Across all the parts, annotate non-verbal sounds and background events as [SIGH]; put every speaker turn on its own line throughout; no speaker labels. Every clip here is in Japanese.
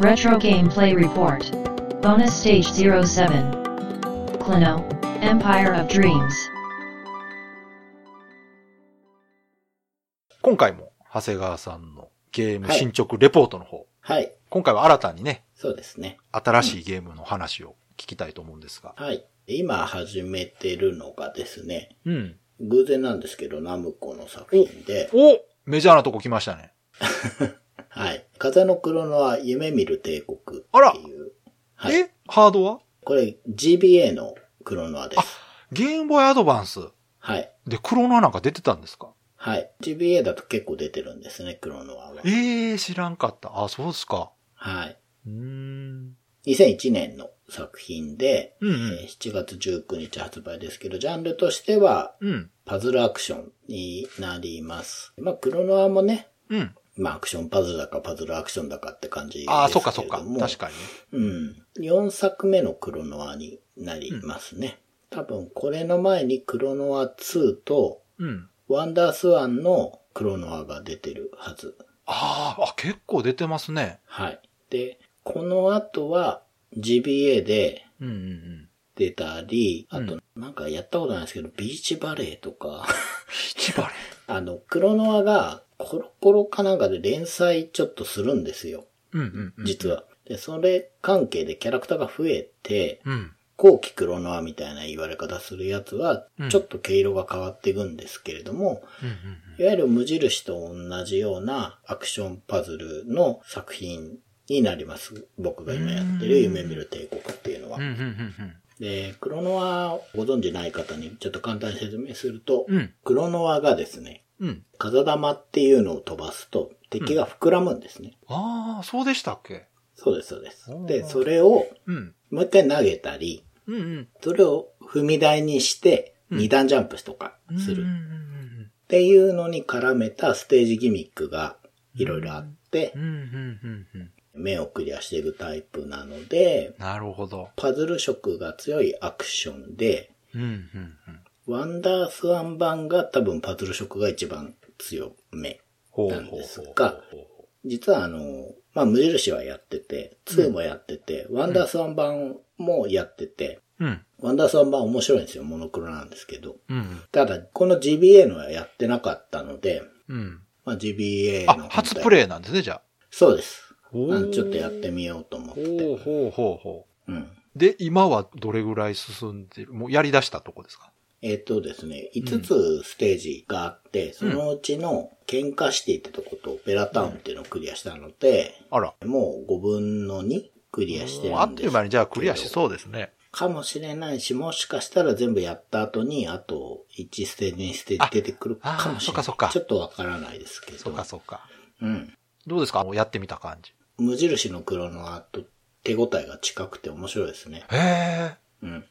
Retro Gameplay Report. Bonus Stage 07. Clino, Empire of Dreams.
今回も長谷川さんのゲーム進捗レポートの方、
はい。
今回は新たにね、
そうですね。
新しいゲームの話を聞きたいと思うんですが。
はい。今始めてるのがですね、
うん。
偶然なんですけど、ナムコの作品で、
おメジャーなとこ来ましたね。
はい。風の黒のは夢見る帝国
あら
っていう。はい。
えハードは
これ GBA のクロノアです。
ゲームボーイアドバンス
はい。
でクロノアなんか出てたんですか
はい。GBA だと結構出てるんですね、クロノアは。
ええー、知らんかった。あ、そうですか。
はい。
うーん。
2001年の作品で、
うんう
えー
ん。
7月19日発売ですけど、ジャンルとしては
うん。
パズルアクションになります。まあ、クロノアもね、
うん。
まあ、アクションパズルだかパズルアクションだかって感じですけれども。
ああ、そっかそっか。確かにね。
うん。4作目のクロノアになりますね。多分これの前にクロノア2と
うん。
ワンダースワンのクロノアが出てるはず。
あーあ、結構出てますね。
はい。で、この後は GBA で
うんうんうん。
出たり、あ
う
となんかやったことないですけど、ビーチバレーとか、 [LAUGHS]
一バレ。
あの、クロノアがコロコロかなんかで連載ちょっとするんですよ。
うんうんうん。
実は。で、それ関係でキャラクターが増えて、
うん。
後期クロノアみたいな言われ方するやつは
うん、
ちょっと毛色が変わっていくんですけれども、
うんうん
いわゆる無印と同じようなアクションパズルの作品になります。僕が今やってる夢見る帝国っていうのは
うん。う。んうんうん
で、クロノアをご存知ない方にちょっと簡単に説明すると
う、ん。うん。
クロノアがですね、
うん。
風玉っていうのを飛ばすと敵が膨らむんですね。
ああ、そうでしたっけ
そうです、そうです
うん。
で、それを
うん。
もう一回投げたり、
うんうん。
それを踏み台にして、
うん
二段ジャンプとかす
うんう
る
んうん
っていうのに絡めたステージギミックがいろいろあって
う、ん。うんうんうんうん。
目をクリアしていくタイプなので、
なるほど。
パズル色が強いアクションで、
うんうんうん。
ワンダースワン版が多分パズル色が一番強め。
ほう
な
ほうんほう
です
ほう
が
ほ
実はあの、まあ、無印はやってて、2もやってて、ワンダースワン版もやってて、
う。うん。
ワンダースワン版面白いんですよ、モノクロなんですけど。
うん
ただ、この GBA のはやってなかったので、
うん。うん。
まあ、GBA の
あ、初プレイなんですね、じゃあ。
そうです。
お
う
ー
んちょっとやってみようと思っ
ほ
て。
うほうほうほ
うん。
う。で、今はどれぐらい進んでるもうやり出したとこですか
えっ、とですね、5つステージがあって、そのうちの喧嘩シティってとことベラタウンっていうのをクリアしたので、
あら。
もう5分の2クリアして
もうあ
る
っ
ん
と
です
いう
けど。
間にじゃあクリアしそうですね。
かもしれないし、もしかしたら全部やった後に、あと1ステージにステージ出てくる
ああー
かもしれ
そっか
ない。
そっか
ちょっとわからないですけど。
そうかそうか。
うん。
どうですかもうやってみた感じ。
無印の黒のアート、手応えが近くて面白いですね。
へえ。
うん。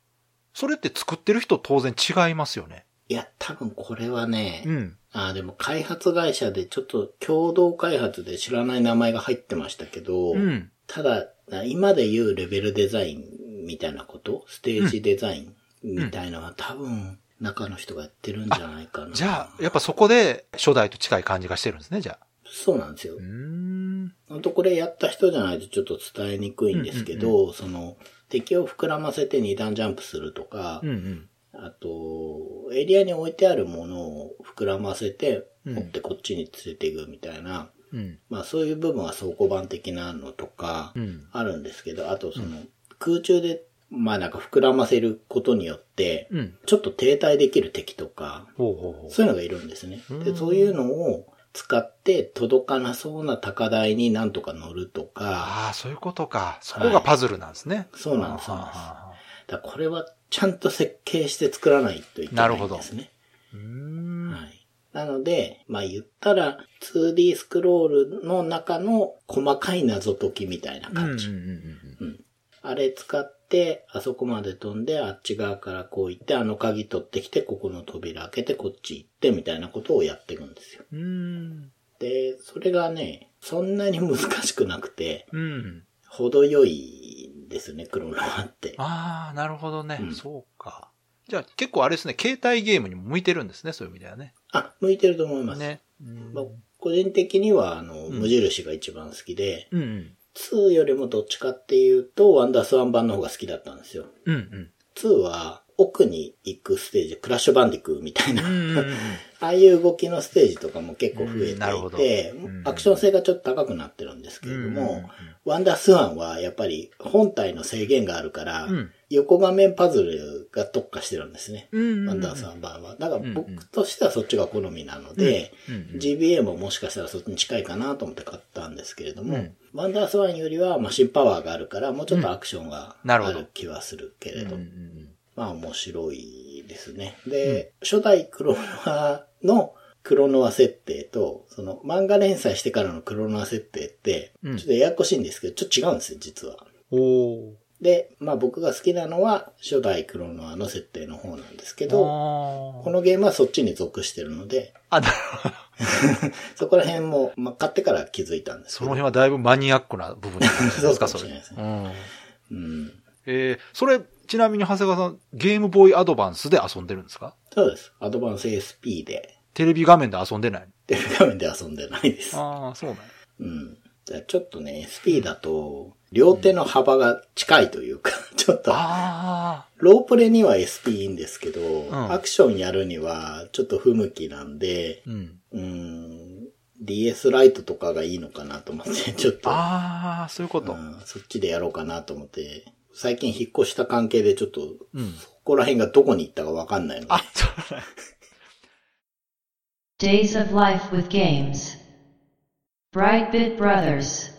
それって作ってる人当然違いますよね。
いや、多分これはね、
うん。
ああ、でも開発会社でちょっと共同開発で知らない名前が入ってましたけど、
うん。
ただ、な今で言うレベルデザインみたいなこと、ステージデザインみたいなのは、多分中の人がやってるんじゃないかな。
じゃあ、やっぱそこで初代と近い感じがしてるんですね、じゃあ。
そうなんですよ
うー。ん。
本当これやった人じゃないとちょっと伝えにくいんですけど、
うん
その敵を膨らませて二段ジャンプするとか、
うんうん。
あと、エリアに置いてあるものを膨らませて、
うん
持ってこっちに連れていくみたいな、
うん。
まあそういう部分は倉庫版的なのとか
うん、
あるんですけど、あとその空中で、まあなんか膨らませることによって、
うん。
ちょっと停滞できる敵とか、
ほうほうほう。
そういうのがいるんですね。
う
で、
ん
そういうのを使って届かなそうな高台になんとか乗るとか、
ああ、そういうことか。そこがパズルなんですね。
そうなんです。そうなんですだか
ああ
らこれはちゃんと設計して作らないといけないんですね。
うーん。
はい。なので、まあ言ったら 2D スクロールの中の細かい謎解きみたいな
うんうんうん
感じ。
うん
あれ使って、あそこまで飛んで、あっち側からこう行って、あの鍵取ってきて、ここの扉開けて、こっち行って、みたいなことをやっていくんですよ。
うーん。
で、それがね、そんなに難しくなくて、
うん。
程よいですね、クロノアって。
ああ、なるほどね、
うん
そうか。じゃあ結構あれですね、携帯ゲームにも向いてるんですね、そういう意味ではね。
あ、向いてると思います。
ね。うん
まあ個人的には、あの、
ん
無印が一番好きで、
うん。
2よりもどっちかっていうと、ワンダースワン版の方が好きだったんですよ。
うんうん。
2は、奥に行くステージ、クラッシュバンディクーみたいな、
うんうんうん。
ああいう動きのステージとかも結構増え
うんなるほど
ていて、
うん
アクション性がちょっと高くなってるんですけれども、ワンダースワンはやっぱり本体の制限があるから、
うん
横画面パズルが特化してるんですね。
うん。
ワンダーさん版は。だか
う
ら
んうん
僕としてはそっちが好みなので、
うんうん
GBA ももしかしたらそっちに近いかなと思って買ったんですけれども、
うん
ワンダースワンよりはマシンパワーがあるから、もうちょっとアクションが
うんな
あ
るほど
る気はするけ
う
れ
んう
ど、
ん
まあ面白いですね。で、初代クロノアのクロノア設定と、その漫画連載してからのクロノア設定って、
うん
ちょっとややこしいんですけど、ちょっと違うんですよ、実は。
お
で、まあ僕が好きなのは初代クロノアの設定の方なんですけど、
お。
このゲームはそっちに属してるので、
あ、だ [LAUGHS]
そこら辺も、まあ、買ってから気づいたんです
そ
け
の
ど。
辺はだいぶマニアックな部分なんじゃないですか、そ
そうか
れ
もしれないです。
うん
うん。
えーそれ、ちなみに長谷川さん、ゲームボーイアドバンスで遊んでるんですか
そうです。アドバンス SP で、
テレビ画面で遊んでない
テレビ画面で遊んでないです。
ああ、そうなん
うん。じゃあちょっとね、SP だと、両手の幅が近いというか、 [LAUGHS] ちょっと、
あ
ロープレには SP いいんですけど、
ん
アクションやるにはちょっと不向きなんで、
あ。うん。
うん、DS ライトとかがいいのかなと思って、ちょっと。
ああ、そういうこと。
うんそっちでやろうかなと思って、最近引っ越した関係でちょっと、
うん。
そこら辺がどこに行ったかわかんないので
あ、そう [LAUGHS] なん
Days of Life with Games. Brightbit Brothers.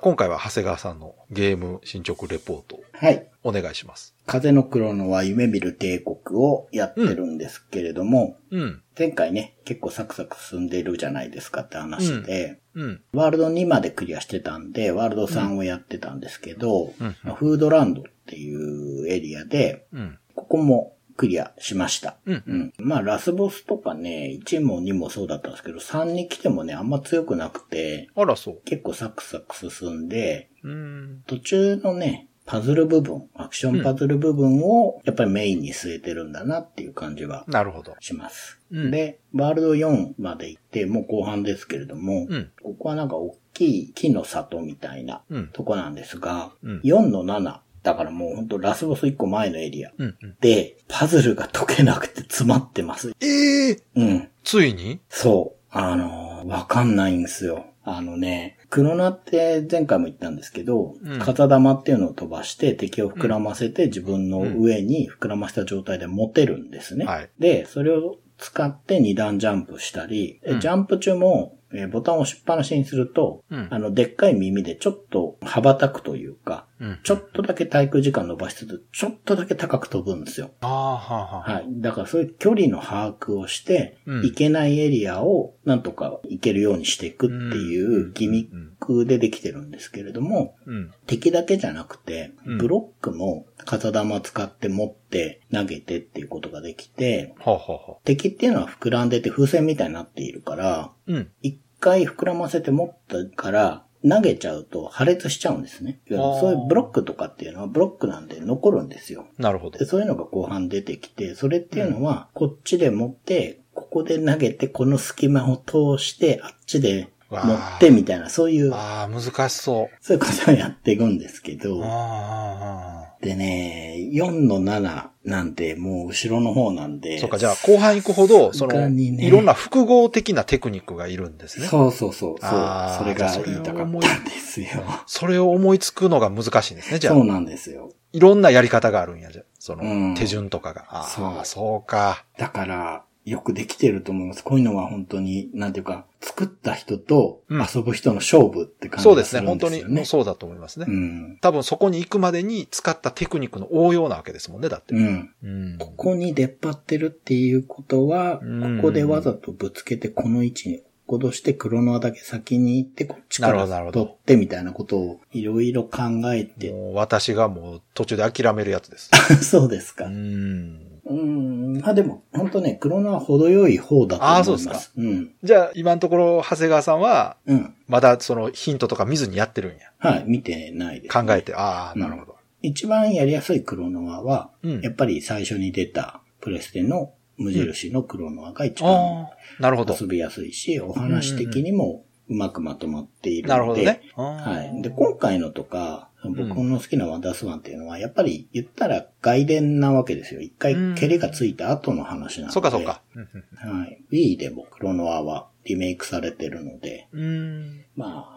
今回は長谷川さんのゲーム進捗レポート
はい。
お願いします。
風の黒のは夢見る帝国をやってるんですけれども、
うん。
前回ね、結構サクサク進んでるじゃないですかって話で、
うん。
ワールド2までクリアしてたんで、ワールド3をやってたんですけど、
うんうん
フードランドっていうエリアで、
うん。
ここもクリアしました。
うん。
うん。まあ、ラスボスとかね、1も2もそうだったんですけど、3に来てもね、あんま強くなくて、
あら、そ
結構サクサク進んで、
う。うん。
途中のね、パズル部分、アクションパズル部分を、やっぱりメインに据えてるんだなっていう感じは
なるほど。
します。
うん
で、ワールド4まで行って、もう後半ですけれども、
うん。
ここはなんか大きい木の里みたいな
うん。
とこなんですが、
うん
4の7、だからもうほんとラスボス1個前のエリア
うん。うん。
で、パズルが解けなくて詰まってます。
ええー、
うん。
ついに
そう。あのー、わかんないんですよ。あのね、クロナって前回も言ったんですけど、
うん
風玉っていうのを飛ばして敵を膨らませて自分の上に膨らました状態で持てるんですね。
はい
で、それを使って二段ジャンプしたり、で
うん
ジャンプ中も、えーボタンを押しっぱなしにすると、
うん
あの、でっかい耳でちょっと羽ばたくというか、
うん。
ちょっとだけ滞空時間伸ばしつつ、ちょっとだけ高く飛ぶんですよ。
ああ、はあ、はあ。
はい。だからそういう距離の把握をして、
うん
行けないエリアをなんとか行けるようにしていくっていうギミックでできてるんですけれども、
うん。
敵だけじゃなくて、
うん
ブロックも片玉使って持って投げてっていうことができて、
はあ、はあ、はあ。
敵っていうのは膨らんでて風船みたいになっているから、
うん。
一回膨らませて持ったから、投げちゃうと破裂しちゃうんですね。
あー
そういうブロックとかっていうのはブロックなんで残るんですよ。
なるほど
で、。そういうのが後半出てきて、それっていうのは、こっちで持って、ここで投げて、この隙間を通して、あっちで持ってみたいな、そういう、
ああ、難しそう。
そういうことをやっていくんですけ
あ
ど、
あ、ああ。
でね、4の7なんてもう後ろの方なんで、
そうか、じゃあ後半行くほど、そ
他
の、
にね
いろんな複合的なテクニックがいるんですね。
そうそうそう、そう、
あー
それが言いたかったんですよ。
それを思いつくのが難しいんですね、じゃあ
そ。うなんですよ。
いろんなやり方があるんや、じゃあそ
うん
の、手順とかが。ああ、
そう
そうか。
だから、よくできてると思います。こういうのは本当に、なんていうか、作った人と
うん
遊ぶ人の勝負って感じ
そう
が
ですす
る
ね、本
んで
当
すよね。
に、もうそうだと思いますね。
うん。
多分そこに行くまでに使ったテクニックの応用なわけですもんね、だって。
うん。
うん。
ここに出っ張ってるっていうことは、
うん
ここでわざとぶつけてこの位置に落っことして、クロノアだけ先に行って、こっちか
なる
ら
ほどなるほど
取ってみたいなことをいろいろ考えて、
もう私がもう途中で諦めるやつです。
[LAUGHS] そうです
う
か。
ん。
うん。まあでも、本当ね、クロノア程よい方だと思います。
あーそうですか
うん。
じゃあ、今のところ、長谷川さんは、
うん。
まだそのヒントとか見ずにやってるんや。
はい、見てないです。
考えて、ああ、なるほど。
一番やりやすいクロノアは、
うん
やっぱり最初に出たプレステの無印のクロノアが一番
ああ、なるほど
遊。びやすいし、お話的にもうまくまとまっているので。
なるほどね。
はい。で、
で、
今回のとか、僕の好きなワンダースワンっていうのは、やっぱり言ったら外伝なわけですよ。一回
うん
蹴りがついた後の話なので。
そうかそうか。うん
はい。Wii でもクロノアはリメイクされてるので、
うんうん。
ま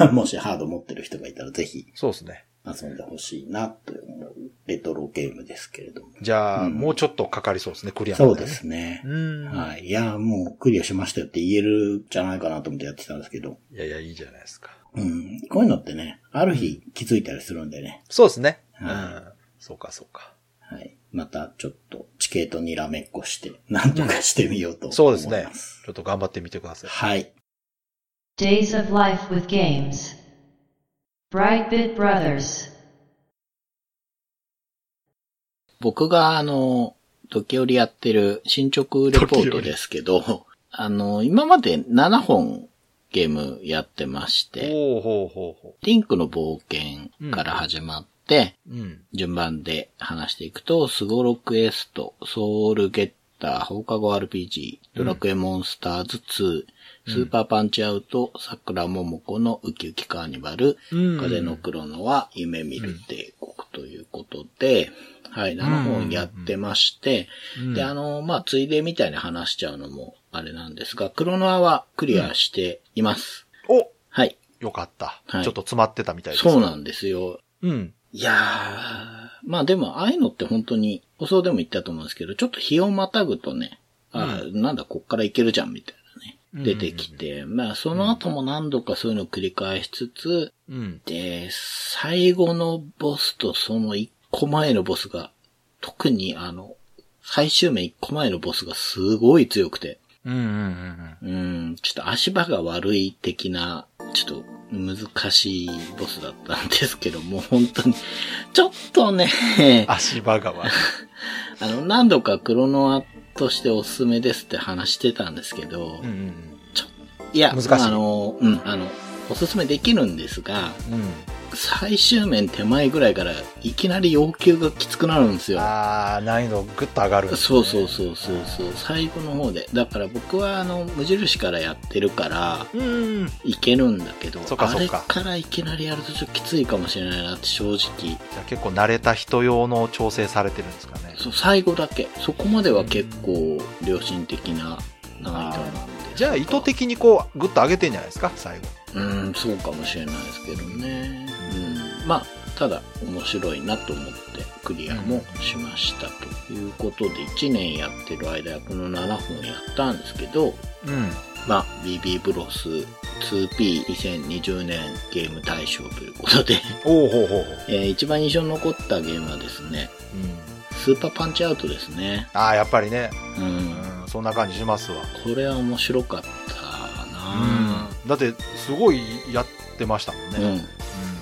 あ、 [LAUGHS] もしハード持ってる人がいたらぜひ
そうですね。
遊んでほしいなと思うレトロゲームですけれども。
じゃあ、
うん
もうちょっとかかりそうですね、クリアま
そうですね
う。ん。
はい。いや、もうクリアしましたよって言えるんじゃないかなと思ってやってたんですけど、
いやいや、いいじゃないですか。
うん。こういうのってね、ある日気づいたりするんでね。
そうですね。う
はい
ん。そうか、そうか。
はい。またちょっと地形とにらめっこして、なんとかしてみようと思います。
そうですね。ちょっと頑張ってみてください。
はい。
Days of Life with Games. Brightbit Brothers.
僕があの、時折やってる進捗レポートですけど、あの、今まで7本ゲームやってまして、
ほうほうほうほ
リンクの冒険から始まって、
う。うん。
順番で話していくと、スゴロクエスト、ソウルゲッター、放課後 RPG、ドラクエモンスターズ2、スーパーパンチアウト、桜桃子のウキウキカーニバル、
うん
風の黒のは夢見る帝国ということで、はい、7本やってまして、
うん
で、あの、まあ、ついでみたいに話しちゃうのもあれなんですが、クロノアはクリアしています。
お
はい、
よかった、
はい
ちょっと詰まってたみたいです。
そうなんですよ。
うん。
いやー、まあでも、ああいうのって本当に、放送でも言ったと思うんですけど、ちょっと日をまたぐとね、あー、なんだ、こっからいけるじゃん、みたいなね、出てきて、まあ、その後も何度かそういうのを繰り返しつつ、
うん。
で、最後のボスとその一個前のボスが、特にあの、最終面一個前のボスがすごい強くて、
うんうんうん
うん、ちょっと足場が悪い的な、ちょっと難しいボスだったんですけども、 [LAUGHS] 本当に、ちょっとね、
うん。足場が悪い。
あの、何度かクロノアとしておすすめですって話してたんですけど、
うんうん
いや、
難しい
まああの、うん、あの、おすすめできるんですが、
うん。うん。
最終面手前ぐらいからいきなり要求がきつくなるんですよ。
あー、難易度ぐっと上がるんですね、
そうそうそうそうそう、最後の方で。だから僕はあの、無印からやってるから、
う。うん。
いけるんだけど、
そっか
あ
そっ
れ
か
からいきなりやるとちょっときついかもしれないなって正直。
じゃあ結構慣れた人用の調整されてるんですかね。
そう、最後だけ。そこまでは結構良心的な難易度なんで。
じゃあ意図的にこう、ぐっと上げてんじゃないですか、最後。
うん、そうかもしれないですけどね。うん。まあ、ただ、面白いなと思って、クリアもしましたということで、1年やってる間、この7本やったんですけど、
うん。
まあ、BB ブロス 2P2020 年ゲーム大賞ということで、
おおほうほうほう。
えー一番印象に残ったゲームはですね、
うん。
スーパーパンチアウトですね。
あー、やっぱりね。
うん。
うん、そんな感じしますわ。
これは面白かったな
だって、すごいやってましたもんね。
うん。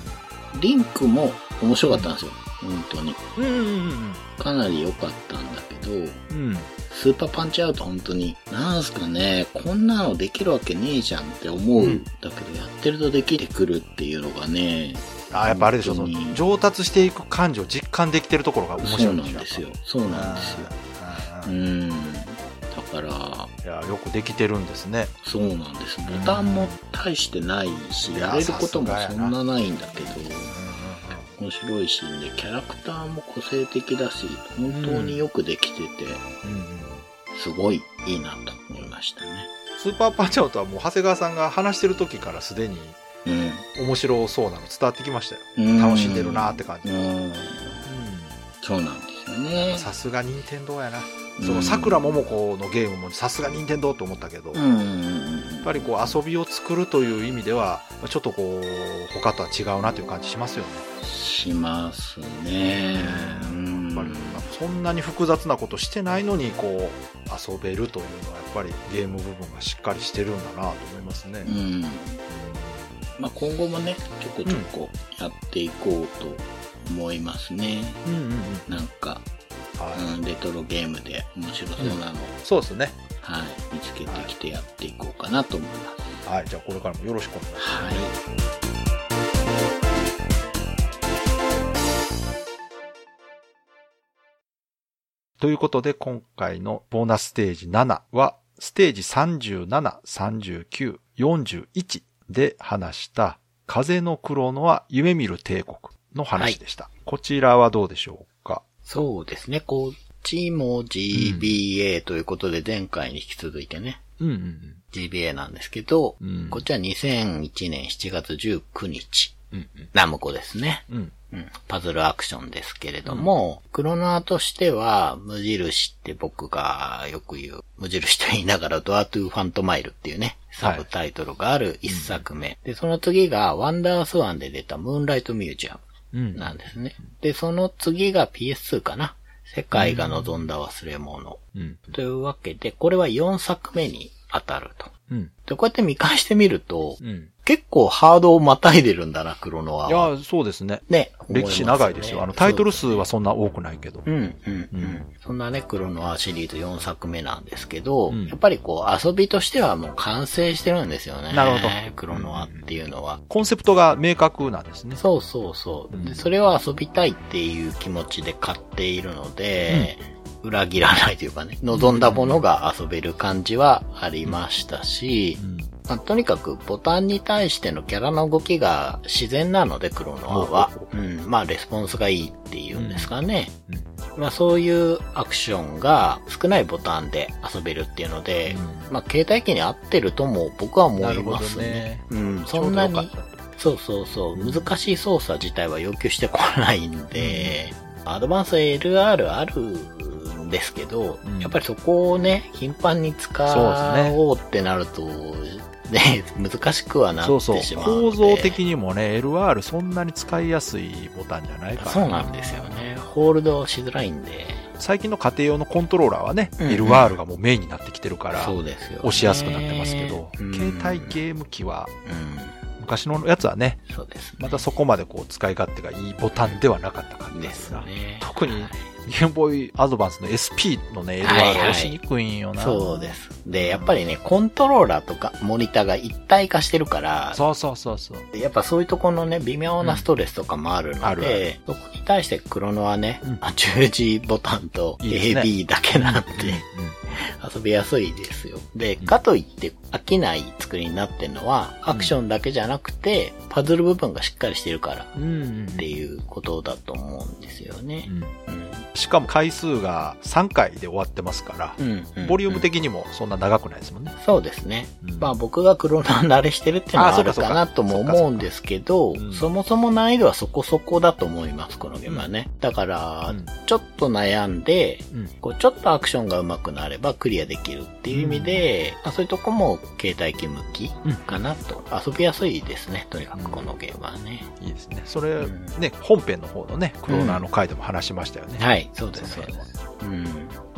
リンクも面白かったんですよ。本当に。
うん。うんうんうん
かなり良かったんだけど、
うん。うん。
スーパーパンチアウト本当に、なんすかね、こんなのできるわけねえじゃんって思う、
うん
だけどやってるとできてくるっていうのがね、
あーやっぱあれでしょそ
本当に
の上達していく感情を実感できてるところが面
そ
白
う
い
なんですよ。そうなんですよ。
あーあ
う
ー
ん。だから、
いやよくできてるんですね
そうなんです。
うん
ボタンも大してないし、
いや
やれることもそんなないんだけど、
う
面白いしね、キャラクターも個性的だし、本当によくできてて、
んうんうんうん
すごいいいなと思いましたね。
スーパーパンチャオとはもう長谷川さんが話してる時からすでに
うん。
面白そうなの伝わってきましたよ
うん
楽しんでるなって感じ
うん。そうなんですよね。
さすが任天堂やな
うん
そのさくらももこのゲームもさすが任天堂と思ったけど、
うん
や
うんうん
っぱりこう遊びを作るという意味ではちょっとこう他とは違うなという感じしますよね
うん。しますね。うん
やっぱりそんなに複雑なことしてないのにこう遊べるというのはやっぱりゲーム部分がしっかりしてるんだなと思いますね
う。ん。まあ今後もね、ちょこちょこやっていこうと思いますね。
うんうんうん。
なんか、
は
うん、レトロゲームで面白そうなの
い。
を、
そうですね。
はい、見つけてきてやっていこうかなと思います。
はい。じゃあこれからもよろしくお願いします。
はい。
ということで今回のボーナスステージ7はステージ37、39、41で話した、風のクロノは夢見る帝国の話でした。こちらはどうでしょうか
そうですね。こっちも GBA ということで、前回に引き続いてね、
うんうん。
GBA なんですけど、
うん
こっちは2001年7月19日、
うん
ナムコですね。
うん。うん。
うん、パズルアクションですけれども、クロナーとしては、無印って僕がよく言う、無印と言いながらドアトゥーファントマイルっていうね、サブタイトルがある一作目。で、その次が、ワンダースワンで出たムーンライトミュージア
うん
ムなんですね。で、その次が PS2 かな。世界が望んだ忘れ物。
うん。
というわけで、これは4作目に当たると。
うん。
で、こうやって見返してみると、
うん。
結構ハードをまたいでるんだな、クロノアは。
いや、そうですね。
ね。
歴史長いですよ。あの、タイトル数はそんな多くないけど。
うんうんうん。そんなね、クロノアシリーズ4作目なんですけど、
うん
やっぱりこう遊びとしてはもう完成してるんですよね。
なるほど
クロノアっていうのは。
コンセプトが明確なんですね。
そうそうそう。
うん
で、それを遊びたいっていう気持ちで買っているので、裏切らないというかね、望んだものが遊べる感じはありましたし、
うん。
まあ、とにかくボタンに対してのキャラの動きが自然なので、クロノアは。うん、まあ、レスポンスがいいっていうんですかね。
うん
まあ、そういうアクションが少ないボタンで遊べるっていうので、
うん
まあ、携帯機に合ってるとも僕は思
ないるほど
ますね。
ね。
うん、
ちょ
そん
うど
な
よかっ
に
た、と
そうそうそう、難しい操作自体は要求してこないんで、アドバンス LR あるんですけど、
うん
やっぱりそこをね、頻繁に使おうってなると、ね、難しくはなっ
そう
てし
そ
ま
う
うの
構
で。
造的にもね LR そんなに使いやすいボタンじゃないから
そうなんですよね。ホールドしづらいんで。
最近の家庭用のコントローラーはね、
うんうん
LR がもうメインになってきてるから
そうですよ、ね。
押しやすくなってますけど、
うん
携帯ゲーム機は
う
昔のやつはね
ん。そうです、ね。
またそこまでこう使い勝手がいいボタンではなかった感じ
で
ですすが
ね。
[LAUGHS] 特に
は
ゲームボーイアドバンスの SP のね LR
はいはい
は押しにくいんよ
い
な、
そうです。で、やっぱりね、コントローラーとかモニターが一体化してるから、
そうそうそうそう
やっぱそういうところのね、微妙なストレスとかもあるので、
うんある
そこに対してクロノはね、
うん
あ10時ボタンと
いいですね
AB だけなんで、
うんうん
遊びやすいですよ。で、
うん
かといって飽きない作りになってるのは、アクションだけじゃなくて、パズル部分がしっかりしてるからっ
うんうん
ていうことだと思うんですよね。うん
しかも回数が3回で終わってますから、
うんうん
ボリューム的にもそんな長くないですもんね。
そうですね。
うん
まあ僕がクロノア慣れしてるっていうのは
あ
あ
そうか
るかなとも思うんですけ
そう
ど
かそうかう、ん
そもそも難易度はそこそこだと思います、このゲームはね。だから
うん、
ちょっと悩んで、
うん
こうちょっとアクションが上手くなればクリアできるっていう意味で、まあそういうとこも携帯機向きかなと。遊びやすいですね、とにかくこのゲームはね。
いいですね。それ
うん、
ね、本編の方のね、クローナーの回でも話しましたよね。
はい、そうです、
そ
そうう
で
ですす。うん。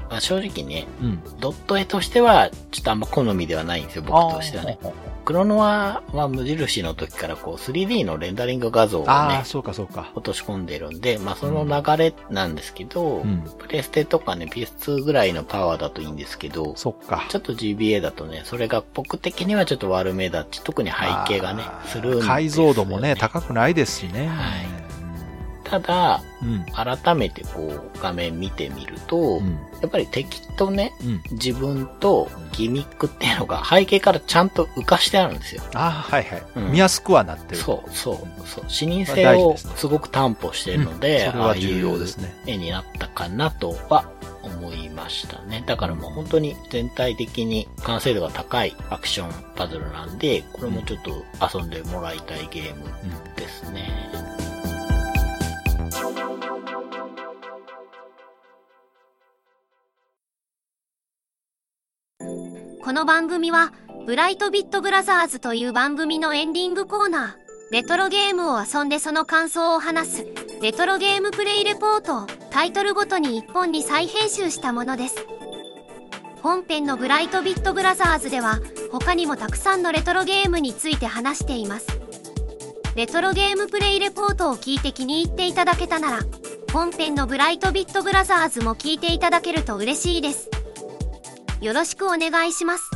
まあ正直ね、
うん。
ドット絵としては、ちょっとあんま好みではないんですよ、僕としてはね。
あー
クロノアは無印の時からこう 3D のレンダリング画像を
あ
ね
ー、、そうかそうか。
落とし込んでるんで、まあその流れなんですけど、
うん。
プレステとかね PS2 ぐらいのパワーだといいんですけど、
そっか。
ちょっと GBA だとね、それが僕的にはちょっと悪めだっち、特に背景がね
あ、ー
するんですよね
解像度もね、高くないですしね。
はいただ、
うん。
改めてこう画面見てみると、
うん。
やっぱり敵とね、
うん。
自分とギミックっていうのが背景からちゃんと浮かしてあるんですよ。
ああ、はいはい、
うん
見やすくはなってる。
そうそうそう。視認
まあ
性
大事
を
ですね
すごく担保して
う
いる
ん
ので、
それは重要ですね。
ああいう絵になったかなとは思いましたね。だからもう本当に全体的に完成度が高いアクションパズルなんで、これもちょっと遊んでもらいたいゲーム
うん
ですね。
この番組は、ブライトビットブラザーズという番組のエンディングコーナー、レトロゲームを遊んでその感想を話す、レトロゲームプレイレポートをタイトルごとに1本に再編集したものです。本編のブライトビットブラザーズでは、他にもたくさんのレトロゲームについて話しています。レトロゲームプレイレポートを聞いて気に入っていただけたなら、本編のブライトビットブラザーズも聞いていただけると嬉しいです。よろしくお願いします。